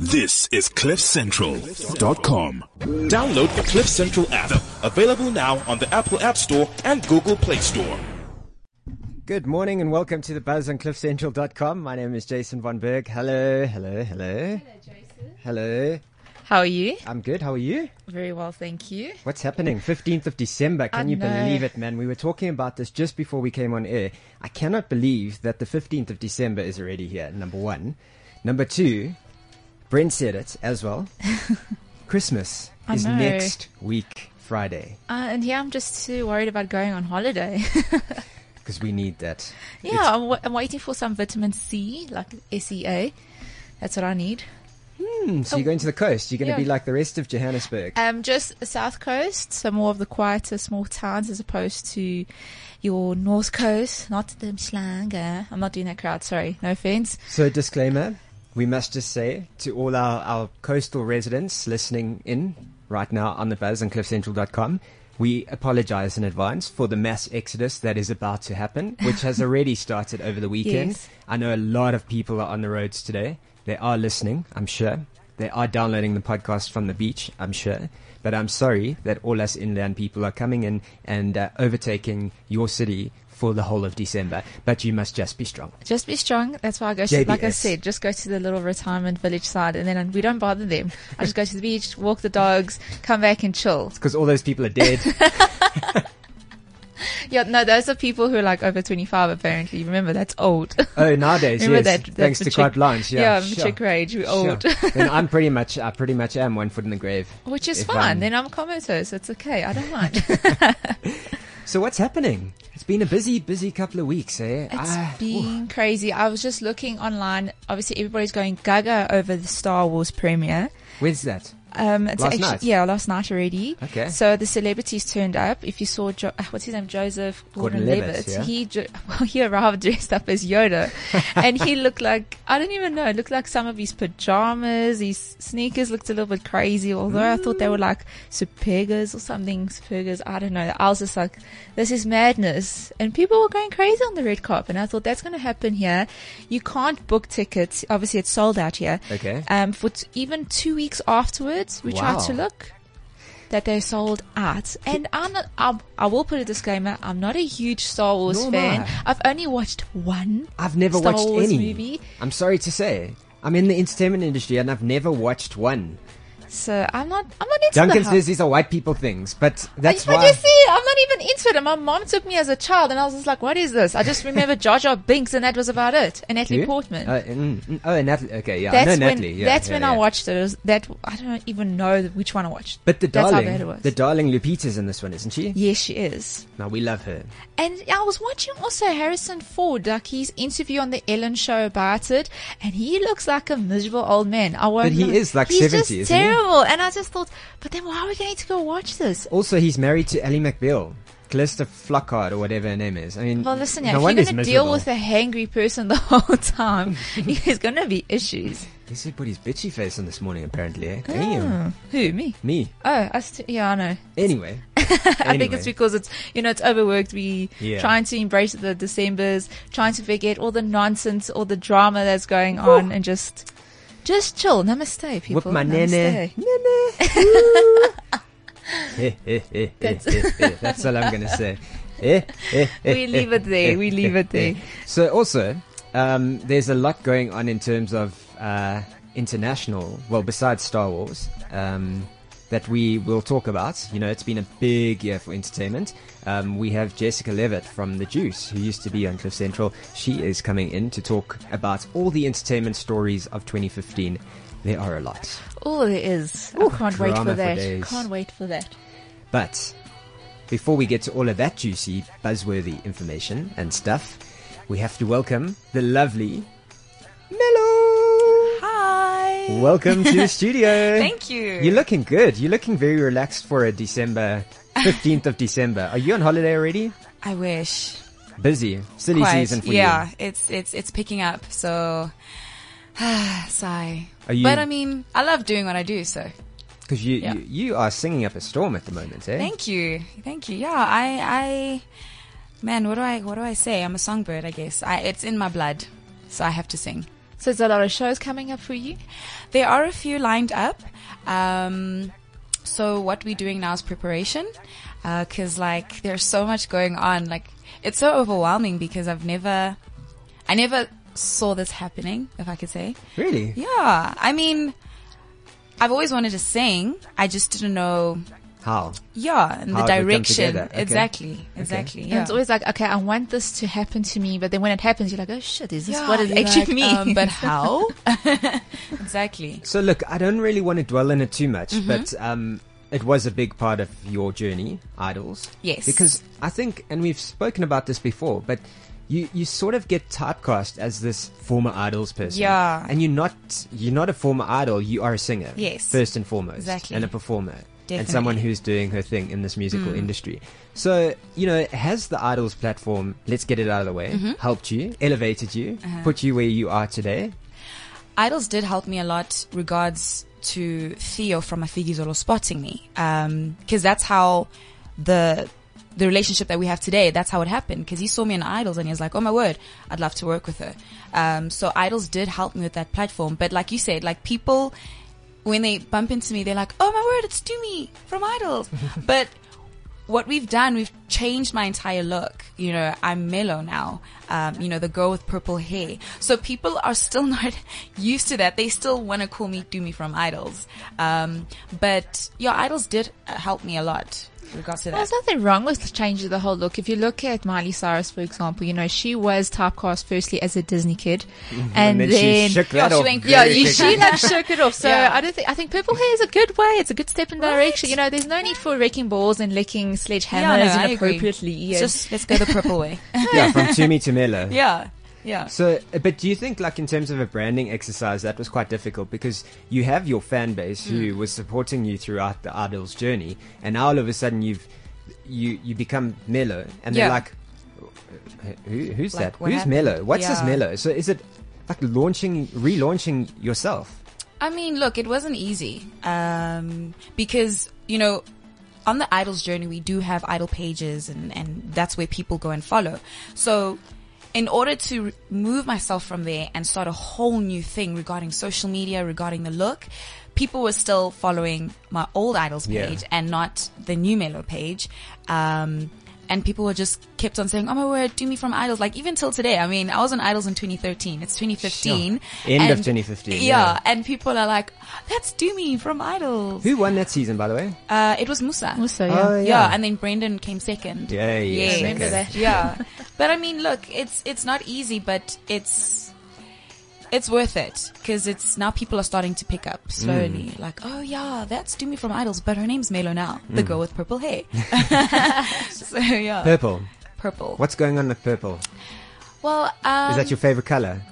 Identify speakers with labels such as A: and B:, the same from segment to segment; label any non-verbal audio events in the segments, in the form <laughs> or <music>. A: This is CliffCentral.com. Download the Cliff Central app, available now on the Apple App Store and Google Play Store.
B: Good morning and welcome to the buzz on cliffcentral.com. My name is Jason Von Berg. Hello, hello, hello. Hello, Jason. Hello.
C: How are you?
B: I'm good. How are you?
C: Very well, thank you.
B: What's happening? 15th of December. Can
C: I
B: you
C: know.
B: believe it, man? We were talking about this just before we came on air. I cannot believe that the 15th of December is already here, number one. Number two, Brent said it as
C: <laughs>
B: well. Christmas
C: I
B: is
C: know.
B: next week, Friday,
C: Uh, and yeah, I'm just too worried about going on holiday. <laughs>
B: because we need that.
C: yeah, I'm, w- I'm waiting for some vitamin C, like SEA. That's what I need.
B: Mm, so you're going to the coast. You're going to
C: Yeah.
B: be like the rest of Johannesburg.
C: Um, just the south coast, so more of the quieter small towns as opposed to your north coast, not the Mshlanga. I'm not doing that crowd, sorry, no offense.
B: So, disclaimer we must just say to all our, our coastal residents listening in right now on the buzz on cliffcentral.com, we apologize in advance for the mass exodus that is about to happen, which has already started over the weekend.
C: Yes.
B: I know a lot of people are on the roads today. They are listening, I'm sure. They are downloading the podcast from the beach, I'm sure. But I'm sorry that all us inland people are coming in and uh, overtaking your city for the whole of December. But you must just be strong.
C: Just be strong. That's why I go to, like I
B: JBS.
C: said, just go to the little retirement village side and then we don't bother them. I just go to the beach, walk the dogs, come back and chill.
B: Because all those people are dead.
C: Yeah, no, those are people who are like over 25, apparently. Remember, that's
B: <laughs>
C: old.
B: Oh, nowadays,
C: Remember
B: yes.
C: that- that
B: Thanks to
C: matric-
B: carte blanche. Yeah,
C: yeah, matric rage,
B: <laughs>
C: we're old. <laughs>
B: and I'm pretty much, I pretty much am one foot in the grave.
C: Which is
B: If
C: fine.
B: I'm-
C: Then I'm a commenter, so it's okay. I don't
B: <laughs>
C: mind. <laughs>
B: So what's happening? It's been a busy, busy couple of weeks, eh?
C: It's
B: I- ooh,
C: been crazy. I was just looking online. Obviously, everybody's going gaga over the Star Wars premiere.
B: when's that?
C: Um, it's
B: Last
C: actually,
B: night?
C: Yeah, last night already.
B: Okay.
C: So the celebrities turned up. If you saw, jo- uh, what's his name, Joseph Gordon-Levitt,
B: Gordon-Levitt, yeah.
C: he jo- <laughs> well, he arrived dressed up as
B: <laughs>
C: Yoda, and he looked like I don't even know. It looked like some of his pajamas, his sneakers looked a little bit crazy. Although I thought they were like supergas or something, supergas. I don't know. I was just like, this is madness, and people were going crazy on the red carpet. And I thought that's going to happen here. You can't book tickets. Obviously, it's sold out here
B: Okay.
C: um, for t- even two weeks afterwards. We
B: Wow.
C: tried to look that they sold out, and I'm not. I'm, I will put a disclaimer: I'm not a huge Star Wars
B: Nor am
C: fan.
B: I.
C: I've only watched one.
B: I've never
C: Star
B: watched
C: Wars
B: any
C: movie.
B: I'm sorry to say, I'm in the entertainment industry and I've never watched one.
C: So I'm not. I'm not into
B: Duncan
C: the
B: says these are white people things, but that's
C: I
B: why.
C: just see, I'm not even into it. And my mom took me as a child, and I was just like, "What is this?" I
B: <laughs>
C: just remember Jar Jar Binks, and that was about it. And Natalie
B: You?
C: Portman.
B: Uh, mm, mm, oh, and Natalie. Okay, yeah,
C: that's
B: I know
C: when.
B: Natalie. yeah,
C: that's
B: yeah,
C: when I
B: yeah.
C: watched it. It was that I don't even know which one I watched.
B: But the
C: that's
B: darling,
C: how bad it was.
B: the darling Lupita's in this one, isn't she?
C: yes, she is.
B: Now we love her.
C: And I was watching also Harrison Ford, like his interview on the Ellen Show about it, and he looks like a miserable old man. I won't
B: But he
C: lie.
B: is like
C: he's
B: 70,
C: just
B: isn't he?
C: terrible. And I just thought, but then why are we going to go watch this?
B: Also, he's married to Ellie McBeal, Callista Flockhart, or whatever her name is. I mean,
C: Well, listen,
B: no
C: yeah, if
B: wonder
C: you're
B: he's
C: going to deal
B: miserable.
C: with a hangry person <laughs> the
B: <laughs>
C: whole time, there's going to be issues.
B: He said put his bitchy face on this morning, apparently.
C: Ah.
B: Eh? Damn.
C: Who me?
B: Me.
C: Oh, us. T- yeah, I know.
B: Anyway.
C: <laughs> I think it's because it's you know it's overworked. We
B: Yeah.
C: trying to embrace the December's, trying to forget all the nonsense, all the drama that's going on, and just just chill. Namaste, people.
B: Whoop my nene.
C: Namaste.
B: Nene. Eh, eh, eh, eh,
C: That's-
B: eh, eh. <laughs> That's all I'm going to say. Eh, eh, eh,
C: <laughs> We
B: eh,
C: leave it there.
B: eh,
C: We leave
B: eh,
C: it there.
B: eh. <laughs> So, also, um, there's a lot going on in terms of uh, international, well, besides Star Wars, um, that we will talk about. You know, it's been a big year for entertainment. Um, we have Jessica Levitt from The Juice, who used to be on Cliff Central. She is coming in to talk about all the entertainment stories of 2015. There are a lot.
C: All there is. I can't wait
B: drama
C: for
B: for
C: that.
B: days.
C: can't wait for that.
B: But before we get to all of that juicy, buzzworthy information and stuff, we have to welcome the lovely Mello.
D: Hi.
B: Welcome to
D: <laughs>
B: the studio.
D: Thank you.
B: You're looking good. You're looking very relaxed for a December, 15th of December. Are you on holiday already?
D: I wish.
B: Busy. Silly
D: Quite.
B: season for
D: yeah,
B: you.
D: it's it's it's picking up.
C: <sighs>
D: So sigh.
B: Are you-
D: But I mean, I love doing what I do. So
B: Because you,
D: Yeah.
B: you, you are singing up a storm at the moment, eh?
D: thank you, thank you. Yeah, I I man, what do I what do I say? I'm a songbird, I guess. I it's in my blood, so I have to sing.
E: So there's a lot of shows coming up for you.
C: There are a few lined up. Um, so what we're doing now is preparation, because like there's so much going on. Like it's so overwhelming because I've never, I never saw this happening, if I could say.
B: Really?
C: Yeah, I mean, I've always wanted to sing. I just didn't know.
B: How?
C: Yeah, and
B: How it
C: the
B: would come
C: direction.
B: together. Okay.
C: Exactly, exactly.
E: And
C: Yeah.
E: it's always like, okay, I want this to happen to me, but then when it happens, you're like, oh shit, is this
C: Yeah,
E: what it
C: you're like,
E: actually means?
C: um, <laughs> but how? exactly.
B: So look, I don't really want to dwell on it too much,
C: Mm-hmm.
B: but um, it was a big part of your journey, idols.
C: Yes.
B: Because I think, and we've spoken about this before, but you you sort of get typecast as this former idols person.
C: Yeah.
B: And you're not you're not a former idol. You are a singer.
C: Yes.
B: First and foremost.
C: Exactly.
B: And a performer. And
C: Definitely. Mm.
B: someone who's doing her thing in this musical industry. So, you know, has the Idols platform, let's get it out of the way,
C: Mm-hmm.
B: helped you, elevated you,
C: Uh-huh.
B: put you where you are today?
C: Idols did help me a lot regards to Theo from Afigizolo spotting me. Um 'cause cause that's how the, the relationship that we have today, that's how it happened. Cause he saw me in Idols and he was like, Oh my word, I'd love to work with her. Um, so Idols did help me with that platform. But like you said, like people, when they bump into me, they're like, Oh my word, it's Doomy from
B: <laughs>
C: Idols. but what we've done, we've changed my entire look. You know, I'm mellow now. Um, you know, the girl with purple hair. So people are still <laughs> not used to that. They still want to call me Doomy from Idols. Um, but your Idols did uh, help me a lot in regards to that.
E: There's nothing wrong with changing the whole look. If you look at Miley Cyrus, for example, you know she was typecast firstly as a Disney kid, and,
B: Mm-hmm. then
E: then,
B: she shook that
C: Yeah, she
B: off
C: went
E: yeah,
B: very
E: you,
B: quickly.
E: she like shook it
C: <laughs>
E: off. So
C: Yeah.
E: I don't think I think purple hair is a good way. It's a good step in
C: Right?
E: direction. You know, there's no need for wrecking balls and licking sledgehammers
C: I agree.
E: inappropriately.
C: It's
E: and-
C: just let's go the purple way.
B: yeah, from Tumi to Mela.
C: <laughs> yeah, yeah.
B: So, uh, but do you think, like, in terms of a branding exercise, that was quite difficult because you have your fan base who was supporting you throughout the Idols journey, and now all of a sudden you've you you become mellow, and they're
C: Yeah.
B: like, Who, "Who's
C: Like,
B: that?
C: what
B: Who's
C: happened?"
B: mellow? What's this
C: Yeah.
B: mellow?" So, is it like launching, relaunching yourself?
C: I mean, look, it wasn't easy um, because you know, on the idols journey, we do have idol pages, and and that's where people go and follow. So. In order to move myself from there and start a whole new thing regarding social media, regarding the look, people were still following my old idols
B: Yeah.
C: page and not the new Melo page. Um, and people were just kept on saying, "Oh my word, do me from idols!" Like even till today. I mean, I was on idols in 2013. It's 2015.
B: End of
C: and-
B: 2015, yeah.
C: Yeah, and people are like, "That's Doomy from Idols."
B: Who won that season, by the way?
C: Uh, it was Musa.
E: also, yeah.
B: Oh,
C: Yeah.
B: yeah.
C: and then Brendan came second.
B: Yeah, yeah,
C: Yes.
E: remember
B: <laughs>
E: that.
C: Yeah, but I mean, look, it's it's not easy, but it's it's worth it because it's now people are starting to pick up slowly.
B: Mm.
C: Like, oh yeah, that's Doomy from Idols, but her name's Melo now, the
B: Mm.
C: girl with purple
B: <laughs>
C: hair. <laughs> so yeah,
B: Purple.
C: purple.
B: What's going on with purple?
C: Well, um,
B: Is that your favorite color?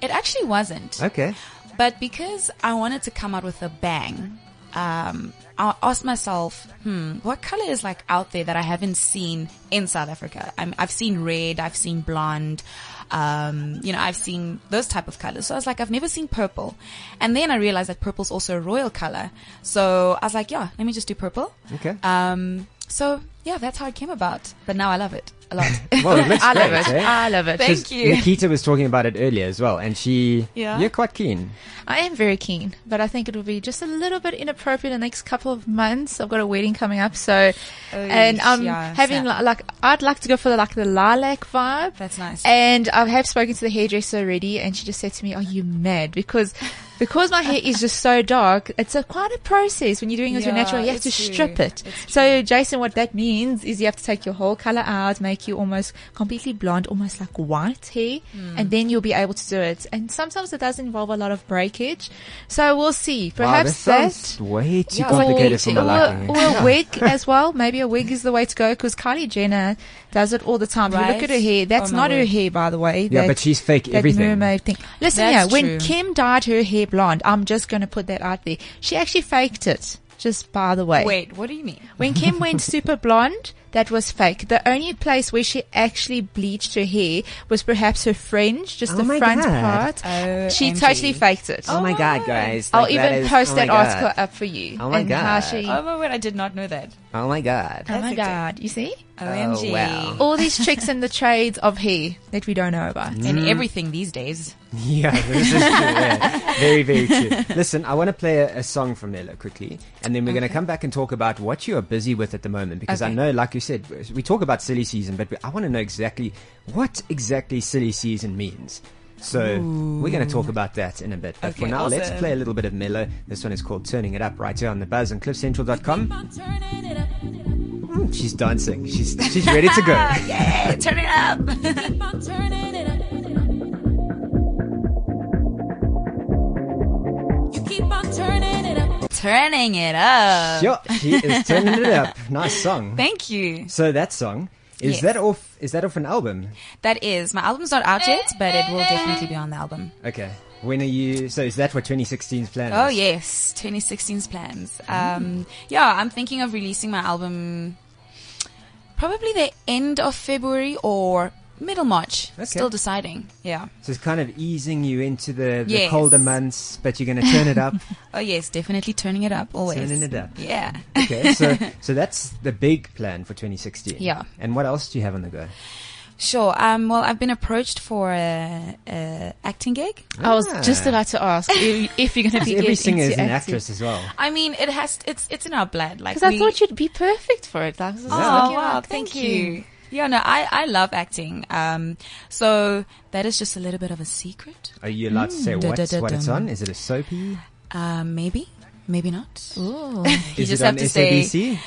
C: it actually wasn't.
B: Okay.
C: But because I wanted to come out with a bang, um, I asked myself, hmm, what color is like out there that I haven't seen in South Africa? I'm, I've seen red, I've seen blonde, um, you know, I've seen those type of colors. So I was like, I've never seen purple. And then I realized that purple's also a royal color. So I was like, yeah, let me just do purple.
B: Okay.
C: Um, so yeah, that's how it came about. But now I love it a lot.
B: Well, it looks
E: <laughs> I love
B: great,
E: it.
B: eh?
E: I love it.
C: Thank
B: Because
C: you.
B: Nikita was talking about it earlier as well, and she
C: Yeah.
B: you're quite keen.
E: I am very keen, but I think it will be just a little bit inappropriate in the next couple of months. I've got a wedding coming up, so and I'm
C: Oh, yeah,
E: having
C: snap.
E: li- like I'd like to go for the, like the lilac vibe.
C: That's nice.
E: And I have spoken to the hairdresser already, and she just said to me, "Are you mad?" Because because my hair is just so dark, it's a quite a process when you're doing it with
C: <laughs>
E: your
C: Yeah,
E: natural. You have to
C: it's true.
E: strip it.
C: It's
E: So Jason, what that means is you have to take your whole color out, make you almost completely blonde, almost like white hair,
C: Hmm.
E: and then you'll be able to do it. And sometimes it does involve a lot of breakage. So we'll see. Perhaps
B: wow,
E: that.
B: this sounds way too
C: Yeah,
B: complicated for
C: or-
B: my
E: Or,
B: liking.
E: or a wig as well. Maybe a wig is the way to go because Kylie Jenner does it all the time. If You look
C: Right?
E: at her hair. That's
C: Oh, my
E: not her
C: word.
E: hair, by the way.
B: yeah,
E: that-
B: but she's fake
E: that
B: everything.
E: mermaid thing. Listen
C: That's
E: here,
C: true.
E: when Kim dyed her hair blonde, I'm just going to put that out there. She actually faked it. Just by the way,
C: Wait, what do you mean?
E: when Kim went super blonde, that was fake. The only place where she actually bleached her hair was perhaps her fringe, just
B: Oh
E: the
B: my
E: front
B: God.
E: part.
C: Oh,
E: she
C: OMG.
E: totally faked it.
B: Oh, my god, guys!
E: I'll
B: Like,
E: even
B: is-
E: post
B: oh my
E: that
B: God.
E: article up for you.
B: Oh my
E: and
B: God.
E: How she,
C: Oh my word, I did not know that.
B: Oh my god!
E: oh my
C: Perfect.
E: god, you see?
C: OMG.
B: wow.
E: All these tricks and the trades of hair that we don't know about.
B: Mm-hmm.
C: And everything these days.
B: Yeah, <laughs> this is true. yeah. Very, very
C: <laughs>
B: true. Listen, I want to play a, a song from Ella quickly, and then we're going to come back and talk about what you are busy with at the moment. Because I
E: Okay.
B: know, like you said, we talk about silly season, but we, I want to know exactly what exactly silly season means. So we're going to talk about that in a bit. But for
C: Okay,
B: now, let's
C: awesome.
B: play a little bit of Mellow. This one is called "Turning It Up" right here on the Buzz and CliffCentral.com. Mm, She's dancing. She's she's ready to
C: <laughs>
B: go.
C: Yeah, turn it up. Turning it up.
B: Sure, she is turning it up. Nice song.
C: Thank you.
B: So that song is
C: Yes.
B: that off? Is that off an album?
C: That is my album's not out yet, but it will definitely be on the album.
B: Okay. When are you? So is that what 2016's plan
C: Oh
B: is?
C: yes, 2016's plans. Um, yeah, I'm thinking of releasing my album probably the end of February or middle March.
B: Okay.
C: Still deciding. Yeah.
B: So it's kind of easing you into the, the
C: Yes.
B: colder months, but you're going to turn it
C: <laughs>
B: up.
C: Oh yes, definitely turning it up always.
B: Turning it up.
C: Yeah. <laughs>
B: okay. So so that's the big plan for 2016.
C: Yeah.
B: And what else do you have on the go?
C: Sure. Um, well, I've been approached for a, a acting gig.
E: I was
B: Ah.
E: just about to ask if, if you're going to be
B: Every
E: getting
B: singer is
E: into
B: an
E: acting.
B: actress as well.
C: I mean, it has. It's it's in our blood. Like
E: Because I
C: we-
E: thought you'd be perfect for it. I was just
C: Oh,
E: like, yeah,
C: wow,
E: thank,
C: thank,
E: you.
C: you. Yeah, no, I, I love acting. Um, so that is just a little bit of a secret.
B: Are you allowed to say
C: da,
B: what,
C: da,
B: what it's
C: dum.
B: on? Is it a soapy?
C: Uh, maybe, maybe not. You
B: is
C: just
B: it
C: have
B: on
C: to
B: SABC?
C: say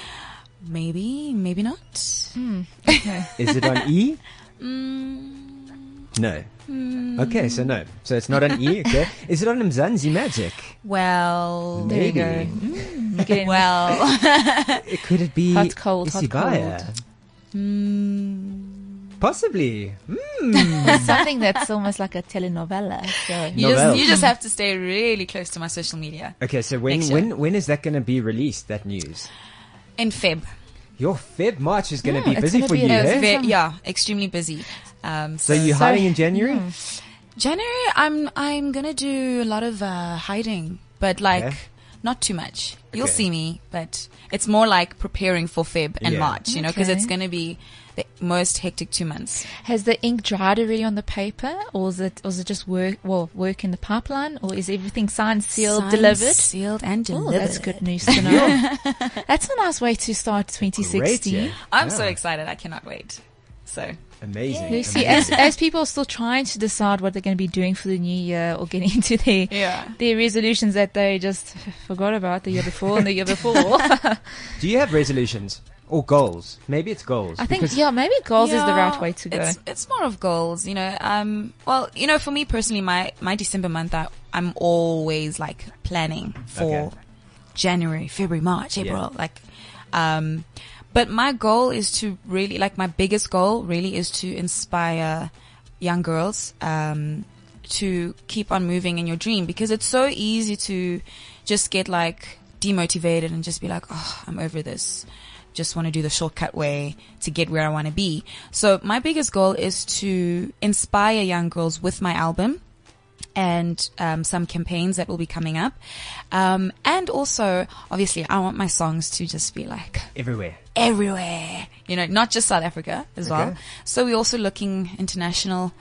C: maybe, maybe not.
B: Is it on
C: <laughs>
B: E?
C: Mm.
B: No. Okay, so no. So it's not on E,
C: <laughs>
B: okay? Is it on Mzanzi Magic?
C: Well,
E: There you go.
B: Maybe.
E: You're
C: <laughs>
E: getting-
C: well,
B: It could it be
E: Hot, cold, hot,
B: Isibaya?
E: cold. Hmm.
B: Possibly.
E: <laughs> something that's almost like a telenovela. So.
C: you
B: Novel.
C: just you just have to stay really close to my social media.
B: Okay, so when
C: Next year.
B: when when is that going to be released? That news.
C: In Feb,
B: Your Feb March is going to
E: Yeah,
B: be
E: it's
B: busy
E: gonna
B: for
E: be
B: you.
E: a-
C: It's
B: eh?
E: Yes.
C: ve- yeah, extremely busy. Um,
B: So
C: so,
B: you're
E: So-
B: hiding in January?
C: January, I'm I'm gonna do a lot of uh, hiding, but like
B: Okay.
C: not too much. You'll
B: Okay.
C: see me, but it's more like preparing for Feb and
B: Yeah.
C: March. You know, because
E: Okay.
C: it's gonna be the most hectic two months.
E: Has the ink dried already on the paper, or is it, or is it just work, well, work in the pipeline, or is everything signed, sealed,
C: Signed,
E: delivered?
C: sealed, and
E: Oh,
C: delivered.
E: that's good news
C: <laughs>
E: to know. that's a nice way to start 2016.
B: Great, yeah.
C: I'm
B: Yeah.
C: so excited. I cannot wait. So
B: Amazing.
E: Lucy,
B: amazing.
E: as, as people are still trying to decide what they're going to be doing for the new year or getting <laughs> into their
C: Yeah.
E: their resolutions that they just forgot about the year before and the year before,
C: <laughs>
B: Do you have resolutions or goals? Maybe it's goals.
E: I think
B: because-
E: yeah, maybe goals is the
C: Yeah,
E: right way to go.
C: It's, it's more of goals, you know. Um, well, you know, for me personally, my my December month, I, I'm always like planning for
B: Okay.
C: January, February, March, April, like. Um, but my goal is to really like my biggest goal really is to inspire young girls um, to keep on moving in your dream because it's so easy to just get like demotivated and just be like, oh, I'm over this just want to do the shortcut way to get where I want to be. So my biggest goal is to inspire young girls with my album and um, some campaigns that will be coming up. Um, and also, obviously, I want my songs to just be like
B: everywhere.
C: everywhere, you know, not just South Africa as well.
B: Okay.
C: So we're also looking international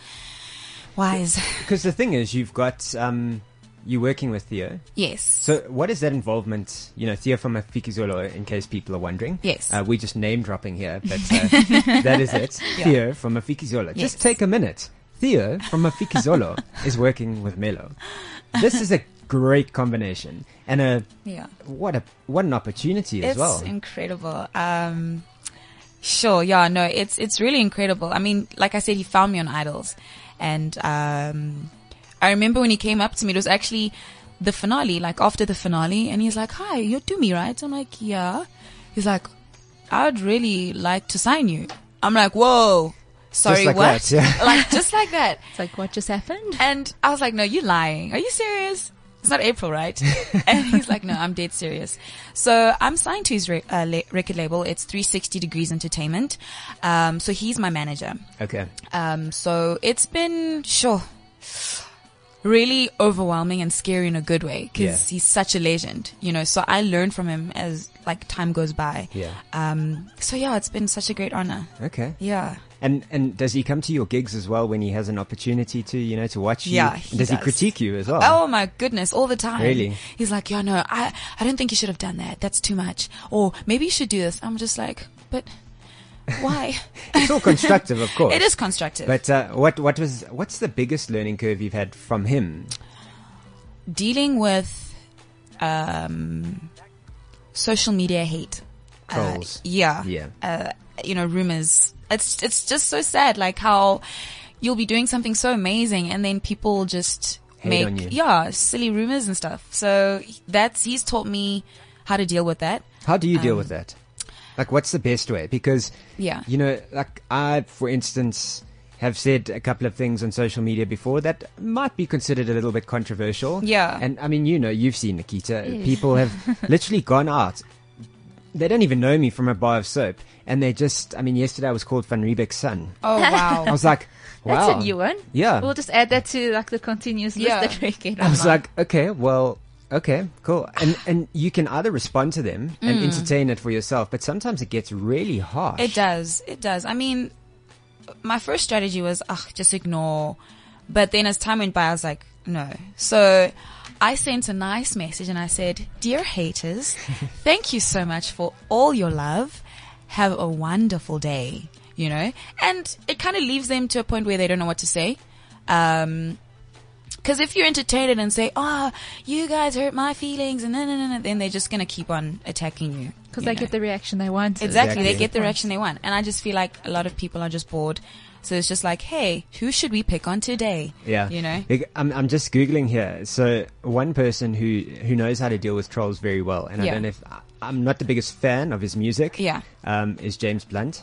C: wise.
B: Because the thing is, you've got um, you're working with Theo.
C: yes.
B: So what is that involvement? You know, Theo from Afikizolo, in case people are wondering.
C: Yes.
B: Uh, we just name dropping here, but
C: <laughs>
B: uh, that is it. Theo from Afikizolo. Just
C: Yes.
B: take a minute. Theo from
C: <laughs>
B: Afikizolo is working with Melo. This is a great combination and a
C: Yeah.
B: what a what an opportunity as
C: it's
B: well.
C: incredible. Um, sure, yeah, no, it's it's really incredible. I mean, like I said, he found me on Idols, and um, I remember when he came up to me, it was actually the finale, like after the finale, and he's like, "Hi, you're Dumi, right?" I'm like, "Yeah." He's like, "I'd really like to sign you." I'm like, "Whoa." Sorry,
B: like
C: what?
B: that, yeah.
C: <laughs> like just like that.
E: It's like what just happened.
C: And I was like, no, you're lying. Are you serious? it's not April,
B: <laughs>
C: right? and he's like, no, I'm dead serious. So I'm signed to his re- uh, le- record label. It's 360 Degrees Entertainment. Um, so he's my manager.
B: Okay.
C: Um, so it's been, sure, really overwhelming and scary in a good way because
B: Yeah.
C: he's such a legend, you know. So I learn from him as like time goes by.
B: Yeah.
C: Um, so yeah, it's been such a great honor.
B: Okay.
C: Yeah.
B: And and does he come to your gigs as well when he has an opportunity to you know to watch you?
C: Yeah,
B: And
C: he
B: does, he
C: does.
B: critique you as well?
C: Oh my goodness, all the time.
B: Really?
C: He's like, yeah, no, I, I don't think you should have done that. That's too much. Or maybe you should do this. I'm just like, but why?
B: It's all constructive, <laughs>
C: <laughs>
B: of course.
C: it is constructive.
B: But uh, what what was what's the biggest learning curve you've had from him?
C: dealing with um, social media hate. Uh,
B: Trolls.
E: Ah.
C: yeah.
B: Yeah.
C: Uh, you know, rumors. It's it's just so sad, like how you'll be doing something so amazing and then people just
B: Hate
C: make
B: on you.
C: yeah silly rumors and stuff. So that's he's taught me how to deal with that.
B: How do you deal
E: Um,
B: with that? Like, what's the best way? Because,
C: Yeah.
B: you know, like I, for instance, have said a couple of things on social media before that might be considered a little bit controversial.
C: Yeah.
B: And I mean, you know, you've seen Nikita. People
E: <laughs>
B: have literally gone out. They don't even know me from a bar of soap, and they just—I mean, yesterday I was called Van Riebeck's son.
E: <laughs>
C: Oh
B: I
C: wow.
B: was like, "Wow,
E: That's a new one.
B: Yeah.
E: We'll just add that to like the continuous
C: Yeah.
E: list that we get.
B: I was
E: online.
B: like, okay, well, okay, cool. And and you can either respond to them and entertain it for yourself, but sometimes it gets really harsh.
C: Mm. It does. It does. I mean, my first strategy was, ugh, just ignore. But then as time went by, I was like, no. So I sent a nice message and I said, Dear haters,
E: <laughs>
C: thank you so much for all your love. Have a wonderful day, you know? And it kind of leaves them to a point where they don't know what to say. Um, cause if you're entertained and say, oh, you guys hurt my feelings and then, then, then, then they're just going to keep on attacking you.
E: Because
C: you
E: they
C: know?
E: get the reaction they want.
C: Exactly. They
B: Exactly.
C: get the reaction they want. And I just feel like a lot of people are just bored. So it's just like, hey, who should we pick on today?
B: Yeah,
C: You know?
B: Bec- I'm I'm just googling here. So one person who who knows how to deal with trolls very well, and I
C: Yeah.
B: don't know if I- I'm not the biggest fan of his music.
C: Yeah.
B: um, is James Blunt.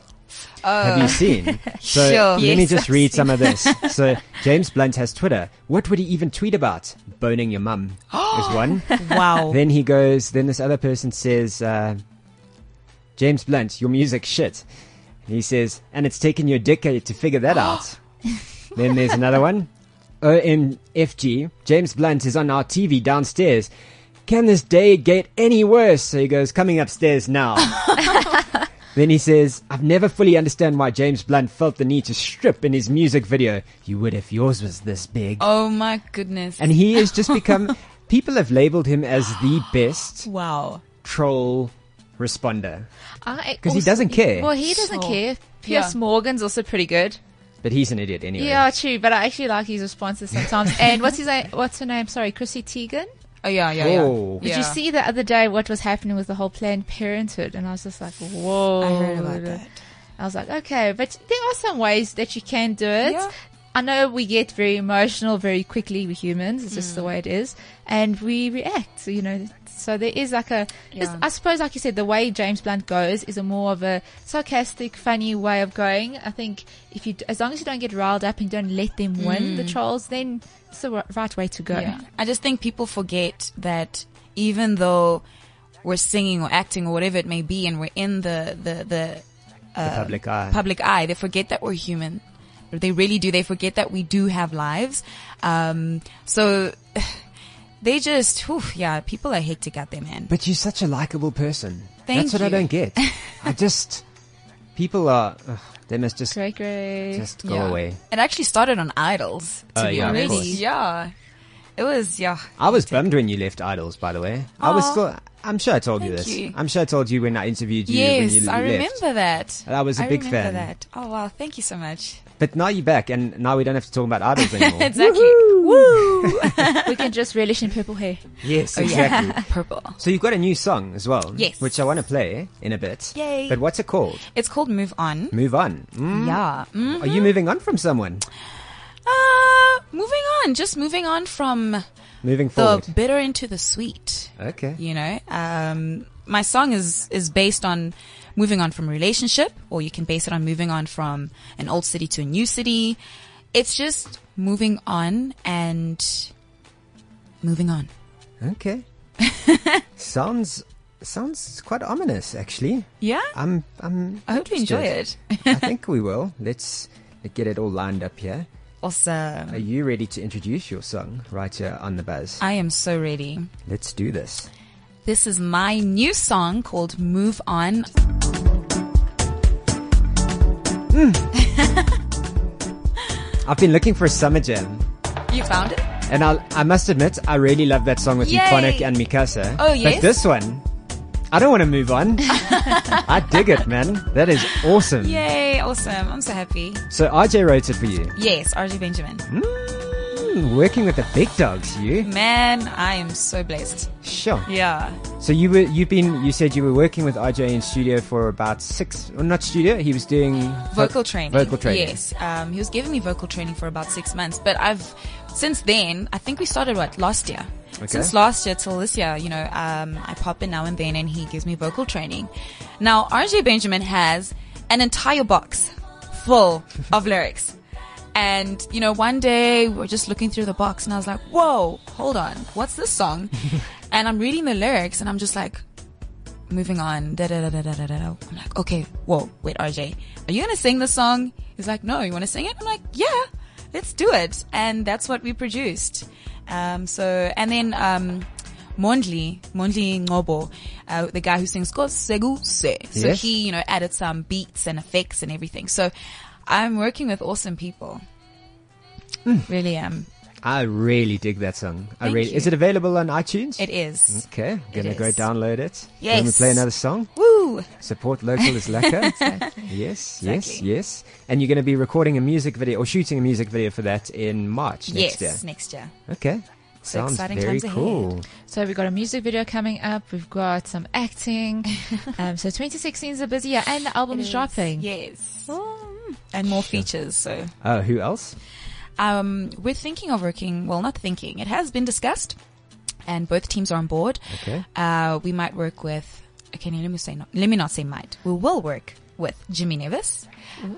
C: Oh.
B: Have you
C: <laughs>
B: seen? So
C: Sure.
B: let me
C: Yes,
B: just
E: I've
B: read
E: seen.
B: some of this. So James Blunt has Twitter. What would he even tweet about? Boning your
C: <gasps>
B: mum is one. <laughs>
C: wow.
B: Then he goes. Then this other person says, uh, "James Blunt, your music shit." And he says, "And it's taken you a decade to figure that out." then there's another one. OMFG, James Blunt is on our TV downstairs. Can this day get any worse? So he goes, coming upstairs now. then he says, I've never fully understand why James Blunt felt the need to strip in his music video. You would if yours was this big.
C: oh my goodness.
B: And he has just
C: <laughs>
B: become. People have labeled him as the best
C: wow. Oh,
B: troll responder,
E: Because
B: because he doesn't care.
E: Well, he doesn't
C: Sure.
E: care. Pierce
C: Yeah.
E: Morgan's also pretty good.
B: But he's an idiot anyway.
E: Yeah, true. But I actually like his responses sometimes. and what's his name? What's her name? Sorry, Chrissy Teigen.
C: Oh yeah, yeah, yeah.
B: Oh.
E: Did
C: yeah.
E: you see the other day what was happening with the whole Planned Parenthood? And I was just like, whoa.
C: I heard about Oh, that.
E: I was like, okay, but there are some ways that you can do it.
C: Yeah.
E: I know we get very emotional very quickly. We humans, it's
C: Mm.
E: just the way it is, and we react. You know, so there is like a.
C: Yeah.
E: it's- I suppose, like you said, the way James Blunt goes is a more of a sarcastic, funny way of going. I think if you, as long as you don't get riled up and you don't let them win the trolls, then it's the ri- right way to go.
C: Mm. Yeah. I just think people forget that even though we're singing or acting or whatever it may be and we're in the, the, the
B: the public eye.
C: public eye. They forget that we're human. They really do. They forget that we do have lives. Um, so <sighs> they just, whew, yeah, people are hectic out there, man.
B: but you're such a likable person.
C: Thank
B: That's what I
C: you.
B: don't
C: <laughs>
B: get. I just people are. ugh, they must just
E: Great, great.
B: just go
C: Yeah.
B: away.
C: It actually started on Idols, to
B: Oh,
C: be
B: yeah, of
C: honest.
B: course.
C: Yeah. It was, yeah.
B: I was bummed when you left Idols, by the way. I was
C: Aw.
B: still. I'm sure I told you
C: Thank
B: this.
C: you.
B: I'm sure I told you when I interviewed you when you
C: yes,
B: l-
C: I
B: left.
C: remember that.
B: And I was a
C: I
B: big
C: remember
B: fan.
C: that. Oh, wow. Thank you so much.
B: But now you're back, and now we don't have to talk about
C: <laughs>
B: Idols anymore.
C: Exactly. Woo!
E: we can just relish in purple hair.
C: Oh,
B: yes, exactly.
C: Purple.
B: So you've got a new song as well.
C: Yes.
B: Which I want to play in a bit.
C: Yay.
B: But what's it called?
C: It's called Move On.
B: Move on. Mm.
C: Yeah. Mm.
B: Are you moving on from someone?
C: Uh, moving on. Just moving on from
B: Moving
C: the
B: forward.
C: bitter into the sweet.
B: okay.
C: you know um, my song is is based on moving on from relationship or you can base it on moving on from an old city to a new city it's just moving on and moving on <laughs>
B: Okay. sounds sounds quite ominous, actually.
C: Yeah.
B: I'm I'm.
C: I hope you
B: interested.
C: enjoy it. <laughs>
B: I think we will. Let's get it all lined up here. Are
C: Awesome.
B: you ready to introduce your song right here on the buzz?
C: I am so ready.
B: Let's do this.
C: This is my new song called Move On.
B: I've been looking for a summer jam,
C: You found it?
B: and I I must admit I really love that song with
C: Yay.
B: Euphonic and Mikasa.
C: Oh, yes?
B: But this one, I don't want to move
C: <laughs>
B: on. I dig it, man. That is awesome.
C: Yay, awesome. I'm so happy.
B: So RJ wrote it for you.
C: Yes, RJ Benjamin.
B: Mm, working with the big dogs, you.
C: Man, I am so blessed.
B: Sure.
C: Yeah.
B: So you were you've been you said you were working with RJ in studio for about six well not studio he was doing
C: Vocal training.
B: vocal training
C: Yes. Um, he was giving me vocal training for about six months, but I've, since then, I think we started what, last year?
B: Okay.
C: Since last year till this year, you know, um, I pop in now and then and he gives me vocal training. Now, RJ Benjamin has an entire box
B: <laughs>
C: full of lyrics. And, you know, one day we were just looking through the box and I was like, whoa, hold on, what's this
B: <laughs>
C: song? and I'm reading the lyrics and I'm just like, moving on, da da da da da da da. da. I'm like, okay, whoa, wait, RJ, are you gonna sing this song? He's like, no, you wanna sing it? I'm like, yeah, let's do it. And that's what we produced. Um, so, and then, um, Mondli, Mondli Ngobo, uh, the guy who sings called Segu Se. So
B: Yes.
C: he, you know, added some beats and effects and everything. So I'm working with awesome people.
B: Hmm.
C: Really um, am.
B: I really dig that song I
C: Thank
B: really
C: you.
B: is it available on iTunes
C: It is.
B: okay gonna go
C: is.
B: download it
C: Yes.
B: Then we play another song
C: Woo!
B: support local is
C: <laughs>
B: lacquer yes yes
C: Exactly.
B: yes and you're gonna be recording a music video or shooting a music video for that in March next
C: yes,
B: year
C: next year.
B: okay
C: So
B: sounds
C: exciting
B: very
C: times ahead.
B: cool
E: So we've got a music video coming up. We've got some <laughs> acting. um, so 2016 is a busy year, and the album's dropping.
C: Yes. And more features, so.
B: oh who else
C: Um, we're thinking of working, well, not thinking, it has been discussed, and both teams are on board.
B: Okay.
C: Uh, we might work with, okay, no, let me say not, let me not say might. We will work with Jimmy Nevis.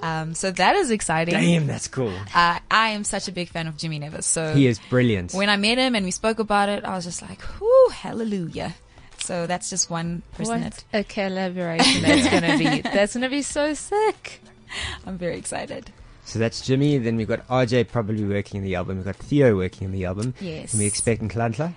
C: Um, so that is exciting.
B: damn that's cool
C: Uh, I am such a big fan of Jimmy Nevis. So
B: he is brilliant
C: when I met him and we spoke about it, I was just like, whoo, hallelujah. So that's just one person
E: What
C: that
E: a collaboration that's gonna <laughs> be. That's gonna be so sick.
C: I'm very excited.
B: So that's Jimmy. Then we've got RJ probably working on the album. We've got Theo working on the album.
C: Yes.
B: And we're expecting Klantla.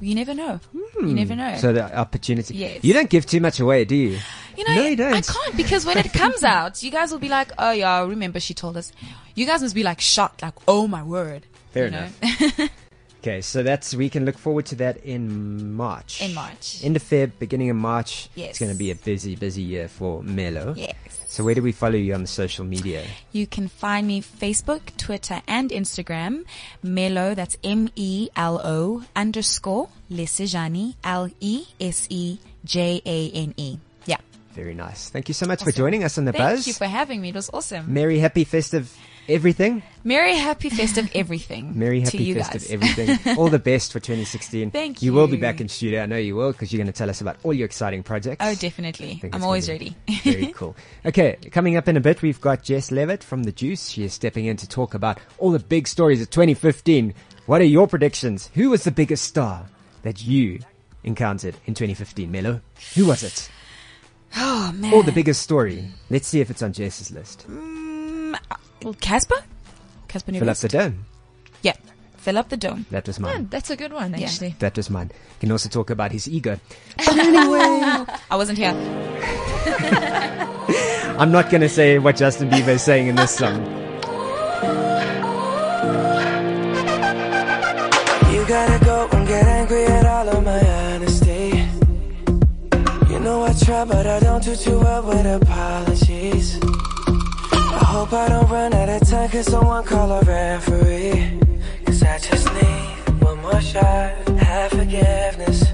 C: You never know. You never know.
B: Hmm. So the opportunity.
C: Oh. Yes.
B: You don't give too much away, do you?
C: You know,
B: No, you
C: I
B: don't.
C: can't because when
B: <laughs>
C: it comes out, you guys will be like, "Oh yeah, remember she told us." You guys must be like shocked, like, "Oh my word!"
B: Fair
C: you know?
B: enough. okay, so that's we can look forward to that in March.
C: In March.
B: End of Feb, beginning of March.
C: Yes.
B: It's going to be a busy, busy year for Melo.
C: Yes.
B: So where do we follow you on the social media?
C: <laughs> You can find me Facebook, Twitter, and Instagram. Melo, that's M E L O underscore Lesejani L E S E J A N E. Yeah.
B: Very nice. Thank you so much for joining us on the
C: Thank
B: buzz.
C: you for having me. It was awesome.
B: Merry, happy, festive everything.
C: Merry happy festive
B: <laughs>
C: everything.
B: Merry,
C: to
B: happy,
C: you
B: festive
C: guys.
B: everything.
C: <laughs>
B: All the best for 2016.
C: Thank
B: You will be
C: you.
B: back in studio. I know you will because you're going to tell us about all your exciting projects.
C: Oh, definitely.
B: I think it's
C: I'm
B: gonna
C: always
B: be
C: ready. <laughs>
B: Very cool. Okay, coming up in a bit, we've got Jess Levitt from The Juice. She is stepping in to talk about all the big stories of 2015. What are your predictions? Who was the biggest star that you encountered in 2015, Melo? Who was it?
C: Oh man.
B: Or the biggest story? Let's see if it's on Jess's list.
C: Well, Casper? Casper
B: Fill up the dome.
C: Yeah. Fill up the dome.
B: That was mine.
E: Oh, that's a good one, actually.
B: That was mine. You can also talk about his
C: <laughs>
B: ego. But anyway.
C: I wasn't here.
B: I'm not going to say what Justin Bieber is saying in this song.
F: You gotta go and get angry at all of my honesty. You know I try, but I don't do too well with apologies. I hope I don't run out of time, cause someone call a referee. Cause I just need one more shot, have forgiveness.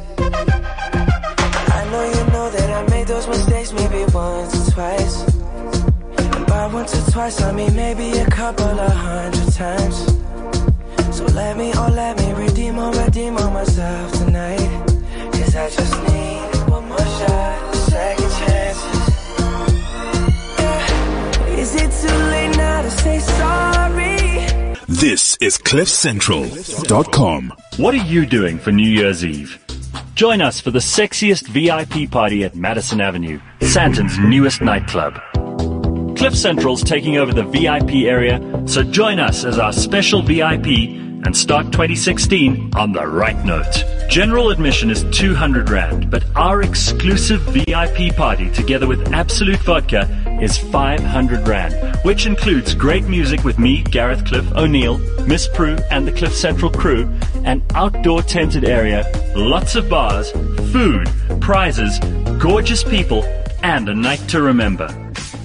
F: I know you know that I made those mistakes maybe once or twice. And by once or twice, I mean maybe a couple of hundred times. So let me, oh let me redeem or redeem on myself tonight. Cause I just need one more shot, second chances. Yeah. Is it too late now to say sorry?
A: This is CliffCentral.com.
G: What are you doing for New Year's Eve? Join us for the sexiest VIP party at Madison Avenue, Santon's newest nightclub. Cliff Central's taking over the VIP area, so join us as our special VIP and start 2016 on the right note. General admission is 200 Rand, but our exclusive VIP party together with Absolute Vodka is 500 Rand, which includes great music with me, Gareth Cliff O'Neill, Miss Prue, and the Cliff Central crew, an outdoor tented area, lots of bars, food, prizes, gorgeous people, and a night to remember.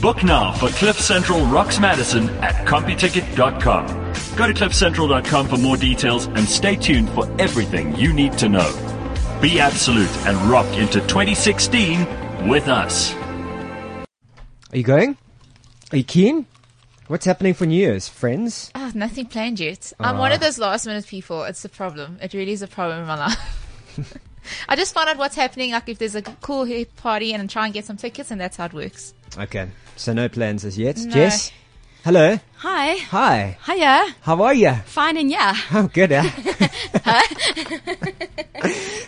G: Book now for Cliff Central Rocks Madison at CompuTicket.com. Go to CliffCentral.com for more details and stay tuned for everything you need to know. Be absolute and rock into 2016 with us.
B: Are you going? Are you keen? What's happening for New Year's, friends?
E: I have Ah, nothing planned yet. I'm one of those last minute people. It's the problem. It really is a problem in my life.
B: <laughs>
E: I just find out what's happening, like if there's a cool hip party, and try and get some tickets, and that's how it works.
B: Okay, so no plans as yet.
H: No.
B: Jess, hello.
H: Hi.
B: Hi.
H: Hiya.
B: How are you?
H: Fine and yeah.
B: <laughs> Oh, good. Eh?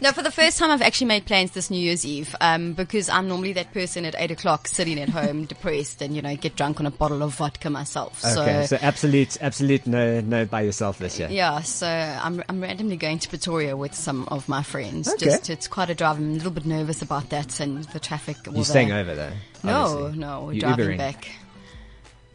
H: No, for the first time, I've actually made plans this New Year's Eve um, because I'm normally that person at 8 o'clock sitting at home depressed and, you know, get drunk on a bottle of vodka myself.
B: okay, <laughs> so absolute, absolute no, no by yourself this year.
H: Yeah, so I'm, I'm randomly going to Pretoria with some of my friends.
B: Okay.
H: Just it's quite a drive. I'm a little bit nervous about that and the traffic. all
B: You're
H: the-
B: staying over though.
H: No,
B: obviously.
H: no, we're
B: You're
H: driving
B: Ubering.
H: back.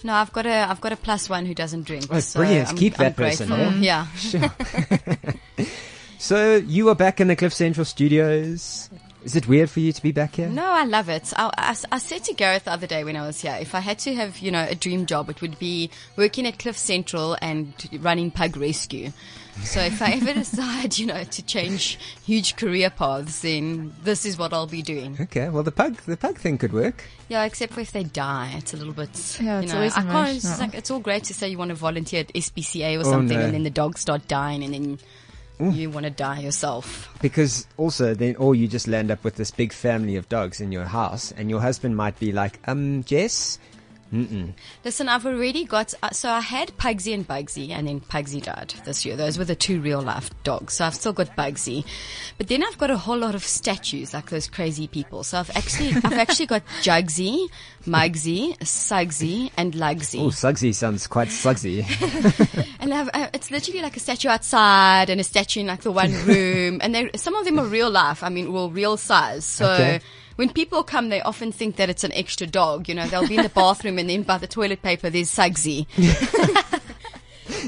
H: No, I've got a I've got a plus one who doesn't drink.
B: Oh,
H: so
B: brilliant.
H: I'm,
B: Keep
H: I'm
B: that person,
H: grateful. Mm,
B: eh?
H: Yeah.
B: Sure. <laughs> so you are back in the Cliff Central studios. Is it weird for you to be back here?
H: No, I love it. I, I s- I said to Gareth the other day when I was here, if I had to have, you know, a dream job, it would be working at Cliff Central and running Pug Rescue. So if I ever <laughs> decide, you know, to change huge career paths, then this is what I'll be doing.
B: Okay, well the pug, the pug thing could work.
H: Yeah, except for if they die, it's a little bit.
E: Yeah,
H: you
E: it's
H: know,
E: always
H: I can't. It's,
E: emotional.
H: like, it's all great to say you want to volunteer at SPCA or
B: Oh,
H: something,
B: no.
H: and then the dogs start dying, and then you want to die yourself.
B: Because also then, or you just land up with this big family of dogs in your house, and your husband might be like, um, Jess,
H: Listen, I've already got. Uh, so I had Pugsy and Bugsy, and then Pugsy died this year. Those were the two real life dogs. So I've still got Bugsy, but then I've got a whole lot of statues like those crazy people. So I've actually, I've actually got Jugsy, Mugsy, Sugsy, and Lugsy.
B: oh, Slugsy sounds quite Slugsy.
H: And I've, I, it's literally like a statue outside and a statue in like the
B: <laughs>
H: one room. and they, some of them are real life. I mean, well, real size. So
B: Okay.
H: when people come, they often think that it's an extra dog. You know, they'll be in the bathroom and then by the toilet paper,
B: <laughs>
H: there's Sugsy.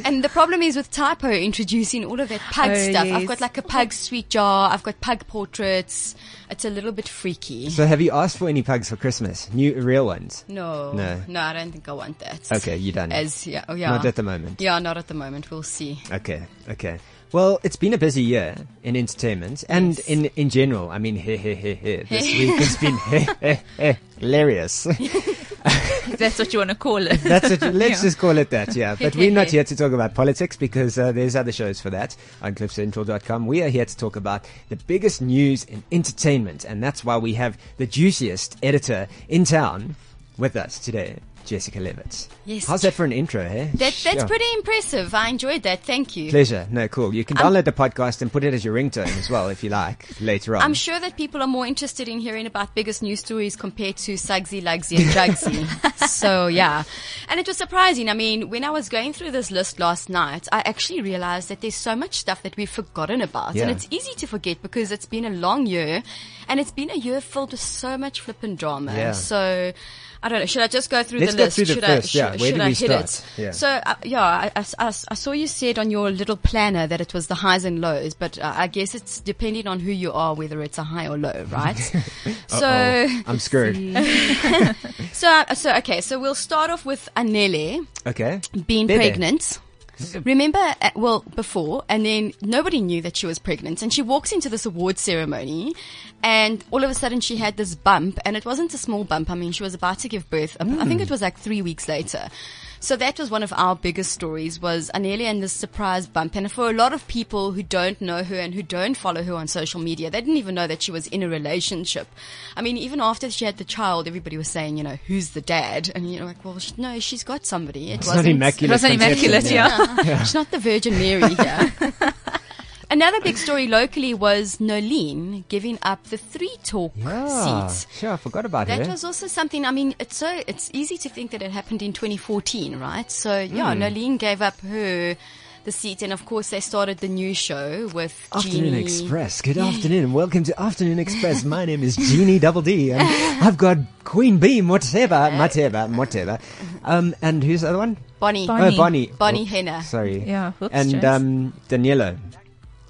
H: And the problem is with typo introducing all of that pug
E: Oh,
H: stuff.
E: yes.
H: I've got like a pug sweet jar. I've got pug portraits. It's a little bit freaky.
B: so have you asked for any pugs for Christmas? New real ones?
H: No,
B: No.
H: no, I don't think I want that.
B: Okay, you don't.
H: As yeah, oh, yeah.
B: Not at the moment.
H: Yeah, not at the moment. We'll see.
B: Okay, okay. Well, it's been a busy year in entertainment and in, in general. I mean, he he he he. This week has been he he he hilarious.
E: If <laughs> that's what you want to call it.
B: That's
H: <laughs>
B: it. Let's
E: Yeah.
B: just call it that. Yeah. But we're not here to talk about politics because uh, there's other shows for that on cliffcentral.com. We are here to talk about the biggest news in entertainment. And that's why we have the juiciest editor in town with us today, Jessica Levitt.
H: Yes.
B: How's that for an intro, eh?
H: That, that's
B: Sure.
H: pretty impressive. I enjoyed that. Thank you.
B: Pleasure. No, cool. You can download the podcast and put it as your ringtone as well if you like later on.
H: I'm sure that people are more interested in hearing about biggest news stories compared to Sugsy, Lugsy, and
B: <laughs>
H: Jugsy. so, yeah. And it was surprising. I mean, when I was going through this list last night, I actually realized that there's so much stuff that we've forgotten about.
B: Yeah.
H: And it's easy to forget because it's been a long year and it's been a year filled with so much flippant drama.
B: Yeah.
H: So, I don't know. Should I just go through
B: Let's
H: the
B: go
H: list?
B: through the
H: should I,
B: first, yeah.
H: should,
B: Where
H: should
B: do
H: I
B: we
H: hit
B: start?
H: it?
B: Yeah.
H: So, uh, yeah, I, I- I- I saw you said on your little planner that it was the highs and lows, but uh, I guess it's depending on who you are, whether it's a high or low, right?
B: <laughs>
H: so,
B: Uh-oh. I'm screwed.
H: so, uh, so, okay, so we'll start off with Anele
B: Okay.
H: being
B: Bebe.
H: pregnant.
B: <laughs>
H: Remember, uh, well, before, and then nobody knew that she was pregnant, and she walks into this award ceremony, and all of a sudden she had
B: Hmm.
H: this bump, and it wasn't a small bump. I mean, she was about to give birth. I think it was like three weeks later. So that was one of our biggest stories was Anelia and this surprise bump. And for a lot of people who don't know her and who don't follow her on social media, they didn't even know that she was in a relationship. I mean, even after she had the child, everybody was saying, you know, who's the dad? And you're like, well, sh no, she's got somebody. It
B: It's not
H: wasn't
B: immaculate.
E: It wasn't
B: conception,
E: immaculate,
B: yeah.
H: She's not the Virgin
B: <laughs>
H: Mary here. Another big story locally was Nolene giving up the three talk
B: Yeah.
H: seats.
B: Ah, Sure, I forgot about
H: That
B: her.
H: was also something. I mean, it's so it's easy to think that it happened in 2014, right? So yeah,
B: Hmm.
H: Nolene gave up her the seat, and of course they started the new show with
B: Afternoon
H: Jeannie.
B: Express. Good afternoon and welcome to
H: <laughs>
B: Afternoon Express. My name is Jeannie Double D and I've got Queen Bee, whatever, whatever, whatever. Um, and who's the other one?
H: Bonnie.
E: Bonnie.
B: Oh, Bonnie.
H: Bonnie
B: Oh,
H: Henner.
B: Sorry.
E: Yeah, whoops,
B: and
E: James.
B: um, Danilo,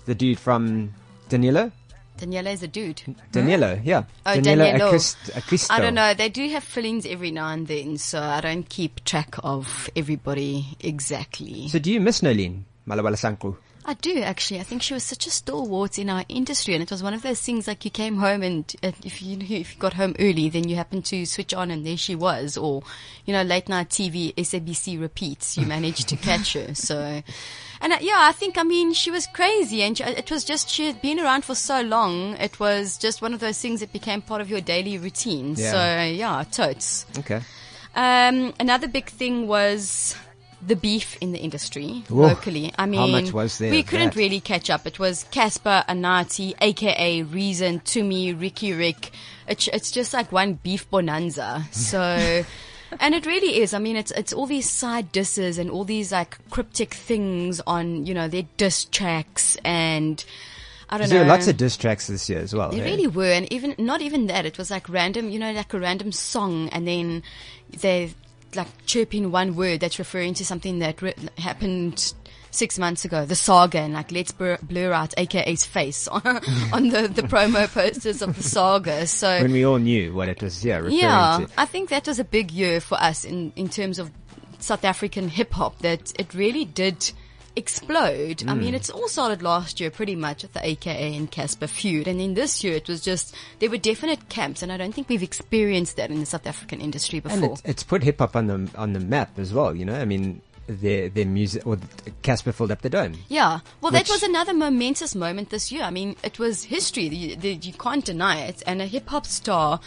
B: the dude from Danilo,
H: Daniela is a dude.
B: Danilo, yeah,
H: Oh,
B: Danilo
H: Danilo.
B: Acquist- Acquisto.
H: I don't know. They do have fillings every now and then, so I don't keep track of everybody exactly.
B: So do you miss Nolene Malabalasanku?
H: I do actually. I think she was such a stalwart in our industry, and it was one of those things like you came home, and uh, if you if you got home early, then you happened to switch on, and there she was, or you know, late night TV, SABC repeats. You managed to catch her. So, and uh, yeah, I think I mean she was crazy, and she, it was just she had been around for so long. It was just one of those things that became part of your daily routine.
B: Yeah.
H: So yeah, totes.
B: Okay.
H: Um, another big thing was the beef in the industry
B: Ooh,
H: locally. I mean,
B: how much was there
H: we
B: of
H: couldn't
B: that?
H: really catch up. It was Casper, Anati, aka Reason, Tumi, Ricky Rick. It's, it's just like one beef
B: <laughs>
H: bonanza. So. And it really is. I mean, it's it's all these side disses and all these like cryptic things on you know their diss tracks and I don't
B: There
H: know.
B: were lots of diss tracks this year as well.
H: They
B: eh?
H: really were, and even not even that. It was like random, you know, like a random song, and then they like chirp in one word that's referring to something that re- happened six months ago, the saga, and like let's blur, blur out AKA's face <laughs> on, on the the promo posters of the saga. So
B: When we all knew what it was, yeah, referring
H: yeah,
B: to.
H: I think that was a big year for us in, in terms of South African hip hop, that it really did explode. I
B: Hmm.
H: mean, it's all started last year pretty much with the AKA and Casper feud. And then this year it was just, there were definite camps, and I don't think we've experienced that in the South African industry before.
B: And it, it's put hip hop on the on the map as well. You know, I mean, their their music or th- Casper filled up the dome.
H: Yeah. Well, that
B: Which-
H: was another momentous moment this year. I mean, it was history. You, the, you can't deny it. And a hip hop star,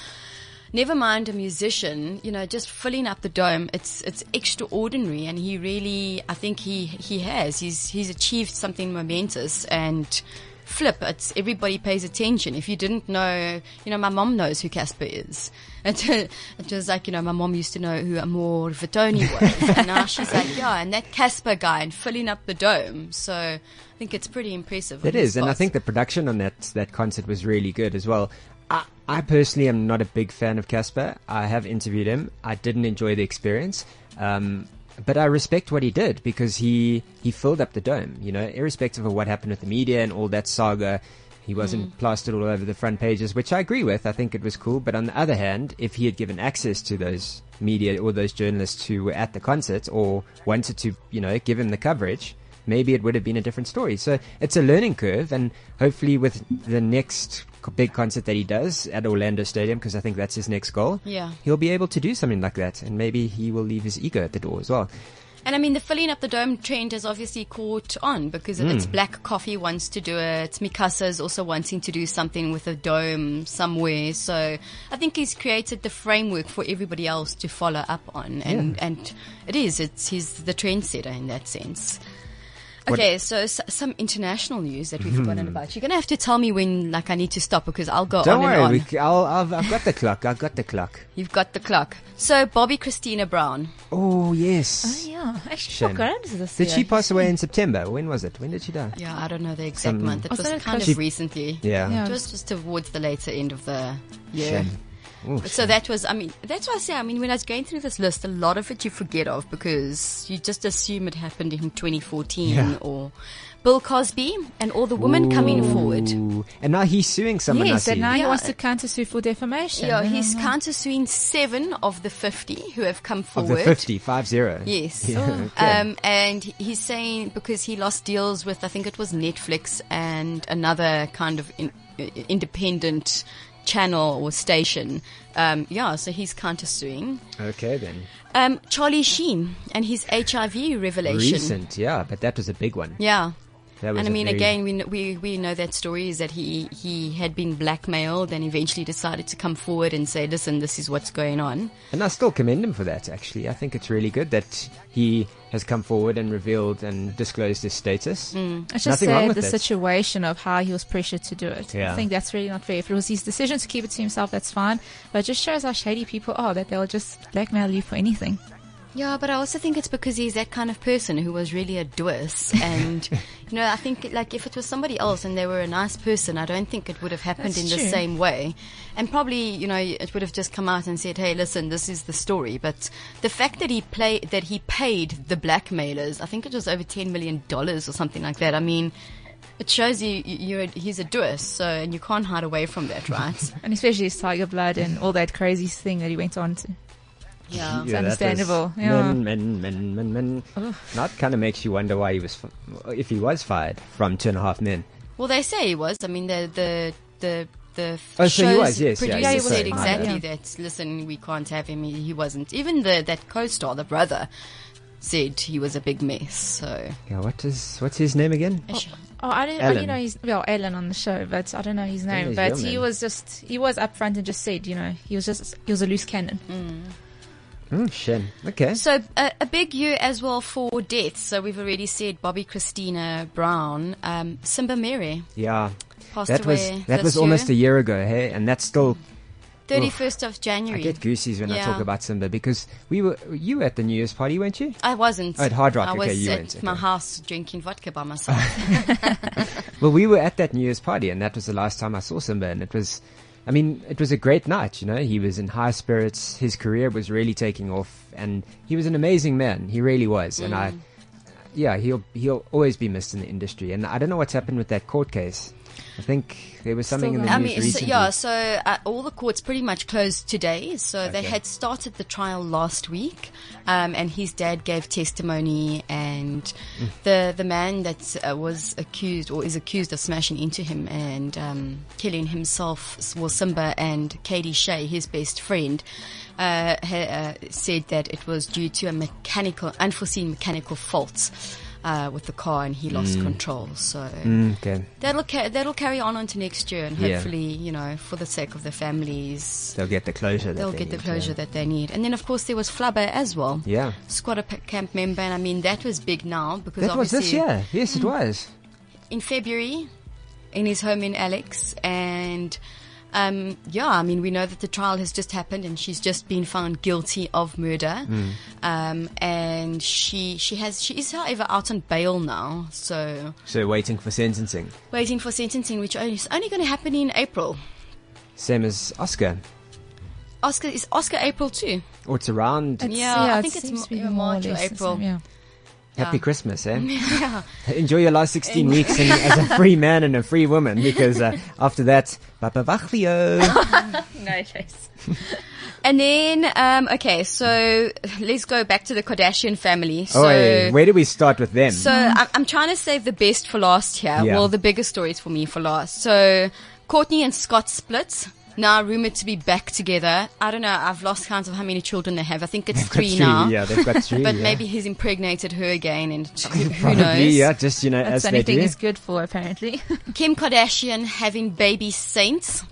H: never mind a musician, you know, just filling up the dome. It's it's extraordinary. And he really, I think he he has. He's he's achieved something momentous and. Flip, it's everybody pays attention. If you didn't know, you know, my mom knows who Casper is. <laughs> It, it was like, you know, my mom used to know who Amor Vitoni was. <laughs> and now she's like, yeah, and that Casper guy and filling up the dome. So I think it's pretty impressive.
B: It is, and I think the production on that that concert was really good as well. I, I personally am not a big fan of Casper. I have interviewed him. I didn't enjoy the experience, um, but I respect what he did because he he filled up the dome. You know, irrespective of what happened with the media and all that saga. He wasn't plastered all over the front pages, which I agree with. I think it was cool. But on the other hand, if he had given access to those media or those journalists who were at the concert or wanted to, you know, give him the coverage, maybe it would have been a different story. So it's a learning curve, and hopefully with the next c- big concert that he does at Orlando Stadium, because I think that's his next goal.
H: Yeah.
B: he'll be able to do something like that, and maybe he will leave his ego at the door as well.
H: And I mean, the filling up the dome trend has obviously caught on because it's
B: Hmm.
H: Black Coffee wants to do it. Mikasa is also wanting to do something with a dome somewhere. So I think he's created the framework for everybody else to follow up on. And, and it is, it's, he's the trendsetter in that sense. Okay, so s- some international news that we've forgotten about. You're gonna have to tell me when, like, I need to stop because I'll go
B: Hmm. Don't
H: on
B: worry,
H: Oh, and on.
B: we, c- I'll, I've, I've got the clock. I've got the clock.
H: You've got the clock. So Bobby Christina Brown.
B: Oh yes.
E: Yeah, actually,
B: Shame.
E: forgot this
B: Did
E: year.
B: she pass away in September? When was it? When did she die?
H: Yeah, I don't know the exact
B: Some-
H: month. It was
E: Wasn't it
H: kind
E: close-
H: of recently.
B: Yeah.
E: Yeah.
H: It was just towards the later end of the year.
B: Shame. Oh,
H: So that was, I mean, that's why I say, I mean, when I was going through this list, a lot of it you forget of because you just assume it happened in 2014
B: Yeah.
H: or Bill Cosby and all the women coming forward.
B: Ooh. And now he's suing someone.
E: Yes,
B: I
E: and
B: see.
E: now he
H: Yeah.
E: wants to counter sue for defamation. Mm.
H: Yeah, he's countersuing seven of the 50 who have come
B: of
H: forward.
B: the 50, 5-0. <laughs>
H: Yes.
B: Yeah, okay.
H: Um, and he's saying because he lost deals with, I think it was Netflix and another kind of in, uh, independent channel or station. Um, yeah, so he's countersuing.
B: okay then.
H: Um, Charlie Sheen and his HIV revelation.
B: Recent, yeah, but that was a big one.
H: Yeah.
B: That was
H: And I
B: a
H: mean,
B: very-
H: again, we, kn- we we know that story is that he he had been blackmailed and eventually decided to come forward and say, "Listen, this is what's going on."
B: And I still commend him for that, actually. I think it's really good that he has come forward and revealed and disclosed his status.
H: Mm.
E: It's just
B: Nothing wrong
E: sad
B: with
E: the
B: it.
E: situation of how he was pressured to do it.
B: Yeah.
E: I think that's really not fair. If it was his decision to keep it to himself, that's fine. But it just shows how shady people are that they'll just blackmail you for anything.
H: Yeah, but I also think it's because he's that kind of person who was really a
E: <laughs>
H: doer's. And, you know, I think, like, if it was somebody else and they were a nice person, I don't think it would have happened
E: That's
H: in the
E: true.
H: same way. And probably, you know, it would have just come out and said, hey, listen, this is the story. But the fact that he, play, that he paid the blackmailers, I think it was over $10 million or something like that. I mean, it shows you you- you're a, he's a doer, so and you can't hide away from
E: <laughs>
H: that, right?
E: And especially his tiger blood and all that crazy thing that he went on to.
H: yeah.
B: Yeah, that was-
E: understandable, yeah.
B: Men, men, men, men, men. That kind of makes you wonder why he was, f- if he was fired from Two and a Half Men.
H: Well, they say he was. I mean, the the the the
B: Oh,
H: shows
B: so he was, yes, yeah,
H: producer
B: yeah,
E: he was
H: said
E: fine,
H: exactly
E: yeah.
H: that. Listen, we can't have him. He, he wasn't. Even the that co-star, the brother, said he was a big mess. So
B: Yeah, what is, what's his name again?
E: Oh, I don't. I
B: Ellen.
E: don't know his well, Ellen on the show, but I don't know his name.
B: he's
E: But
B: young
E: he
B: then.
E: was just he was upfront and just said, you know, he was just he was a loose cannon.
B: Hmm, Shen. Okay.
H: so a, a big year as well for deaths. So we've already said Bobby Christina Brown, um, Simba Mary
B: Yeah.
H: passed
B: That was,
H: away.
B: that was almost a year ago, hey? And that's still
H: thirty first of
B: I
H: January.
B: get goosies when I
H: Yeah.
B: talk about Simba because we were you were at the New Year's party, weren't you?
H: I wasn't.
B: Oh, at Hard Rock,
H: I
B: okay,
H: was
B: you
H: at
B: went,
H: my
B: okay.
H: house drinking vodka by myself.
B: Well, we were at that New Year's party, and that was the last time I saw Simba, and it was, I mean, it was a great night. You know, he was in high spirits. His career was really taking off, and he was an amazing man. He really was, and
H: Mm.
B: I. Yeah, he'll he'll always be missed in the industry, and I don't know what's happened with that court case. I think there was something in the
E: going.
H: I
B: news
H: mean, so,
B: recently.
H: yeah, so uh, all the courts pretty much closed today. So they had started the trial last week, um, and his dad gave testimony, and the the man that uh, was accused or is accused of smashing into him and um, killing himself was Simba and Katie Shea, his best friend. Uh, ha- uh, said that it was due to a mechanical, unforeseen mechanical fault uh, with the car, and he lost control. So
B: Mm, okay,
H: That'll ca- that'll carry on onto next year, and
B: Yeah.
H: hopefully, you know, for the sake of the families,
B: they'll get the closure. That
H: they'll
B: they
H: get the
B: need,
H: closure
B: yeah.
H: that they need. And then, of course, there was Flubber as well.
B: Yeah.
H: Squatter p- camp member, and I mean that was big now because
B: That was
H: obviously Mm.
B: this year. Yes, it was.
H: in February in his home in Alex. And um, yeah, I mean, we know that the trial has just happened and she's just been found guilty of murder.
B: Mm.
H: Um, and she, she has, she is, however, out on bail now. So
B: So waiting for sentencing,
H: waiting for sentencing, which only- is only going to happen in April.
B: same as Oscar,
H: Oscar is Oscar April too.
B: or it's around
H: Yeah, I
E: it
H: think it's
E: seems
H: m-
E: to be
H: yeah,
E: more
H: March or
E: less the
H: April.
E: same, yeah.
B: Happy Christmas,
H: <laughs>
B: eh? Enjoy your last 16 weeks and, as a free man and a free woman because uh, after that, Papa
H: Oh,
B: Vachlio.
H: No chase. and then, um, okay, so <laughs> let's go back to the Kardashian family.
B: Oh,
H: So,
B: Oi, where do we start with them?
H: so I'm, I'm trying to save the best for last here.
B: Yeah.
H: Well, the biggest stories for me for last. So, Courtney and Scott split. Now rumored to be back together. I don't know. I've lost count of how many children they have. I think it's three,
B: <laughs> Three,
H: now.
B: Yeah, they've
H: <laughs>
B: got three.
H: But
B: yeah.
H: maybe he's impregnated her
B: <laughs>
H: again, and who, who
B: Probably,
H: knows?
B: yeah, just, you know,
E: That's
B: as
E: the
B: they
E: only thing
B: do.
E: he's good for, apparently.
H: Kim Kardashian having baby Saint.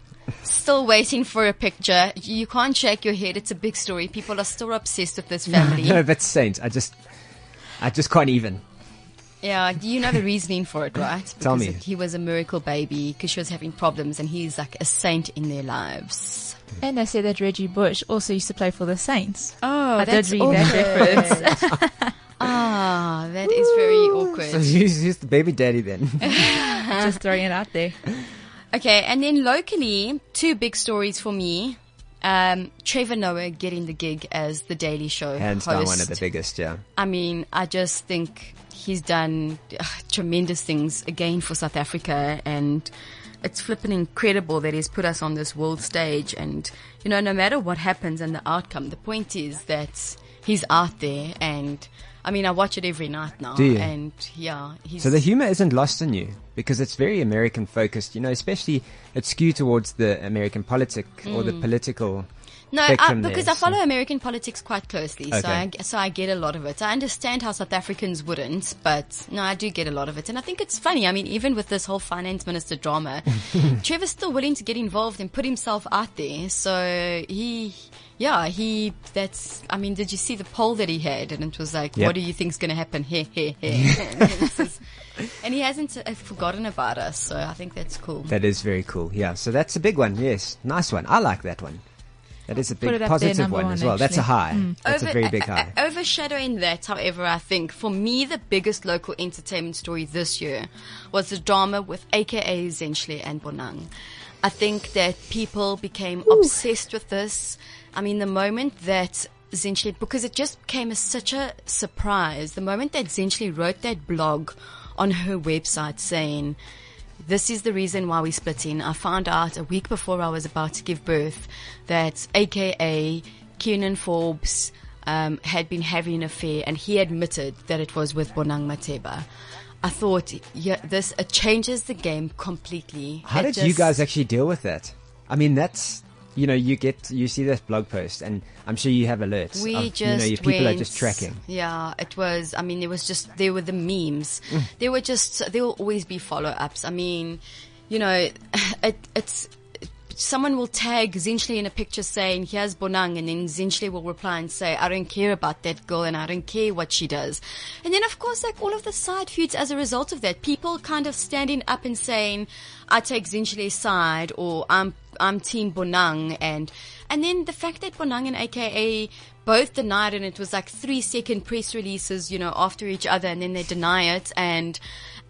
H: Still waiting for a picture. You can't shake your head. It's a big story. People are still obsessed with
B: <laughs>
H: this family.
B: <laughs> No, but Saint, I just, I just can't even.
H: Yeah, you know the reasoning for it, right? Because
B: <laughs> Tell me.
H: it- he was a miracle baby because she was having problems, and he's like a saint in their lives.
E: <laughs> and they said that Reggie Bush also used to play for the Saints.
H: Oh,
E: I did read that reference.
H: Ah, that is very
B: So
H: awkward.
B: who's, who's the baby daddy
H: <laughs>
B: then?
E: Just throwing
B: <laughs>
E: it out there.
H: Okay, and then locally, two big stories for me. Um, Trevor Noah getting the gig as the Daily Show
B: Hands
H: host.
B: down, one of the biggest, yeah.
H: I mean, I just think he's done ugh, tremendous things again for South Africa, and it's flipping incredible that he's put us on this world stage. And you know, no matter what happens and the outcome, the point is that he's out there. And I mean, I watch it every night now.
B: Do you?
H: And yeah, he's
B: So the humor isn't lost on you because it's very
H: Mm.
B: American focused, you know, especially it's skewed towards the American politic or the political
H: No, I,
B: spectrum there,
H: because I
B: so-
H: follow American politics quite closely, so
B: Okay.
H: I g- so I get a lot of it. I understand how South Africans wouldn't, but no, I do get a lot of it, and I think it's funny. I mean, even with this whole finance
B: <laughs>
H: minister drama, Trevor's still willing to get involved and put himself out there. So he, yeah, he. That's. I mean, did you see the poll that he had? And it was like,
B: Yep.
H: what do you think's going to happen? <laughs> Here, here, here.
B: <laughs>
H: This is- and he hasn't uh, forgotten about us, so I think that's cool.
B: That is very cool. Yeah. So that's a big one. Yes. Nice one. I like that one. That is a
E: it up
B: big
E: there,
B: positive
E: number
B: one,
E: one,
B: as well. That's a
E: actually.
B: high. That's a
H: <laughs>
B: very big
H: uh,
B: high.
H: uh, overshadowing that, however, I think for me the biggest local entertainment story this year was the drama with AKA Zenchle and Bonang. I think that people became obsessed with this. I mean, the moment that Zenchle, because it just came as such a surprise, the moment that Zenchle wrote that blog on her website saying, this is the reason why we're splitting. I found out a week before I was about to give birth that AKA Keenan Forbes um, had been having an affair and he admitted that it was with Bonang Mateba. I thought, yeah, this it changes the game completely.
B: How
H: It
B: did you
H: just-
B: guys actually deal with that? I mean, that's you know, you get you see this blog post, and I'm sure you have alerts.
H: We
B: of,
H: just
B: um, you know, your people
H: went,
B: are just tracking.
H: Yeah, it was. I mean, there was just there were the memes.
B: Mm.
H: There were just there will always be follow ups. I mean, you know, <laughs> it, it's someone will tag Zinchley in a picture saying here's Bonang, and then Zinchley will reply and say I don't care about that girl and I don't care what she does. And then of course, like all of the side feuds as a result of that, people kind of standing up and saying I take Zinchle's side or I'm I'm Team Bonang and and then the fact that Bonang and AKA both denied it and it was like three second press releases, you know, after each other and then they deny it and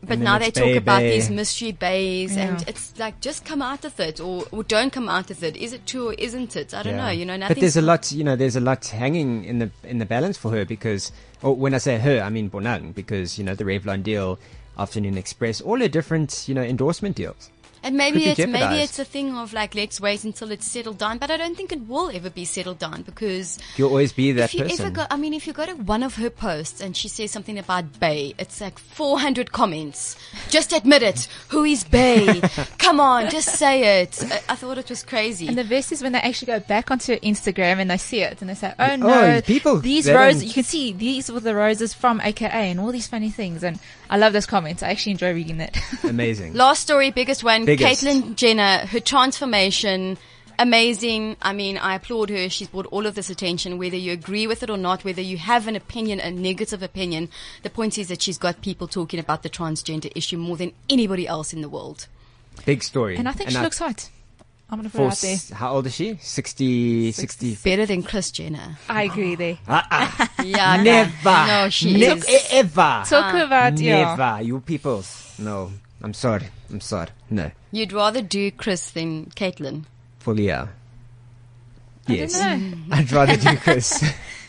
H: but
B: then
H: now
B: it's
H: they talk about
B: baby.
H: these mystery bays
E: Yeah.
H: and it's like just come out of it or, or don't come out of it. Is it true or isn't it? I don't know, you know, nothing.
B: but there's a lot, you know, there's a lot hanging in the in the balance for her because, or when I say her, I mean Bonang because you know the Revlon deal, Afternoon Express, all her different you know endorsement deals.
H: And
B: could
H: maybe
B: be
H: it's maybe
B: jeopardized.
H: it's a thing of like let's wait until it's settled down, but I don't think it will ever be settled down because
B: You'll always be that
H: if you
B: person.
H: ever go, I mean, if you go to one of her posts and she says something about Bay, it's like 400 comments. Just admit it. Who
B: <laughs>
H: is Bay? Come on, just say it. I, I thought it was crazy.
E: And the best is when they actually go back onto Instagram and they see it and they say, "Oh
B: Oh,
E: no,
B: people-
E: These
B: they
E: roses,
B: don't-
E: you can see these were the roses from AKA and all these funny things." And I love those comments. I actually enjoy reading that.
H: <laughs>
B: Amazing.
H: Last story, biggest one.
B: Biggest.
H: Caitlyn Jenner, her transformation, amazing. I mean, I applaud her. She's brought all of this attention, whether you agree with it or not, whether you have an opinion, a negative opinion. The point is that she's got people talking about the transgender issue more than anybody else in the world.
B: Big story.
E: <laughs> and I think she looks hot. I'm gonna put
B: for
E: it out there.
B: s- how old is she? 60, 60
H: Better than Chris Jenner.
E: I agree there.
B: Ah,
H: Yeah, no.
B: Never.
H: No, she
B: Never.
E: e,
H: is.
B: Ever.
E: Talk about yeah.
B: Never. You people. No. I'm sorry. I'm sorry. No.
H: You'd rather do Chris than Caitlyn.
B: Fully yeah. Yes.
E: don't
B: <laughs>
E: know.
B: I'd rather
E: <laughs>
B: do Chris.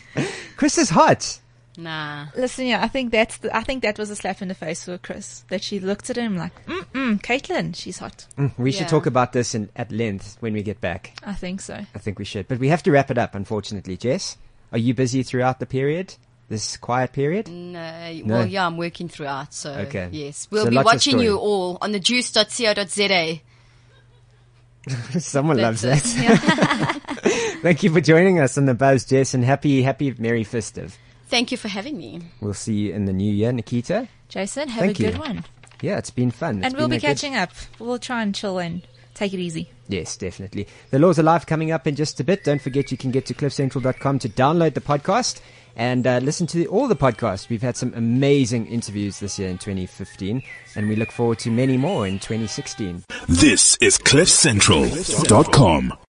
B: <laughs> Chris is hot.
H: Nah.
E: Listen, yeah, I think that's the, I think that was a slap in the face for Chris that she looked at him like, mm mm, Caitlin, she's hot.
B: Mm, We
H: Yeah.
B: should talk about this in, at length when we get back.
E: I think so.
B: I think we should. But we have to wrap it up, unfortunately. Jess, are you busy throughout the period? This quiet period?
H: No,
B: No.
H: Uh, well, yeah, I'm working throughout, so
B: Okay.
H: yes, we'll
B: So
H: be
B: lots of
H: watching you
B: story.
H: all on the juice.co.za.
B: Someone loves
H: That's
B: that. <laughs> Thank you for joining us on the buzz, Jess, and happy, happy, merry festive.
H: Thank you for having me.
B: We'll see you in the new year, Nikita.
E: Jason, have
B: Thank
E: a good
B: you.
E: one.
B: Yeah, it's been fun. It's
E: and we'll
B: been
E: be
B: a good-
E: catching up. We'll try and chill and take it easy.
B: Yes, definitely. The Laws of Life coming up in just a bit. Don't forget you can get to cliffcentral.com to download the podcast and uh, listen to all the podcasts. We've had some amazing interviews this year in 2015, and we look forward to many more in 2016.
A: This is CliffCentral.com.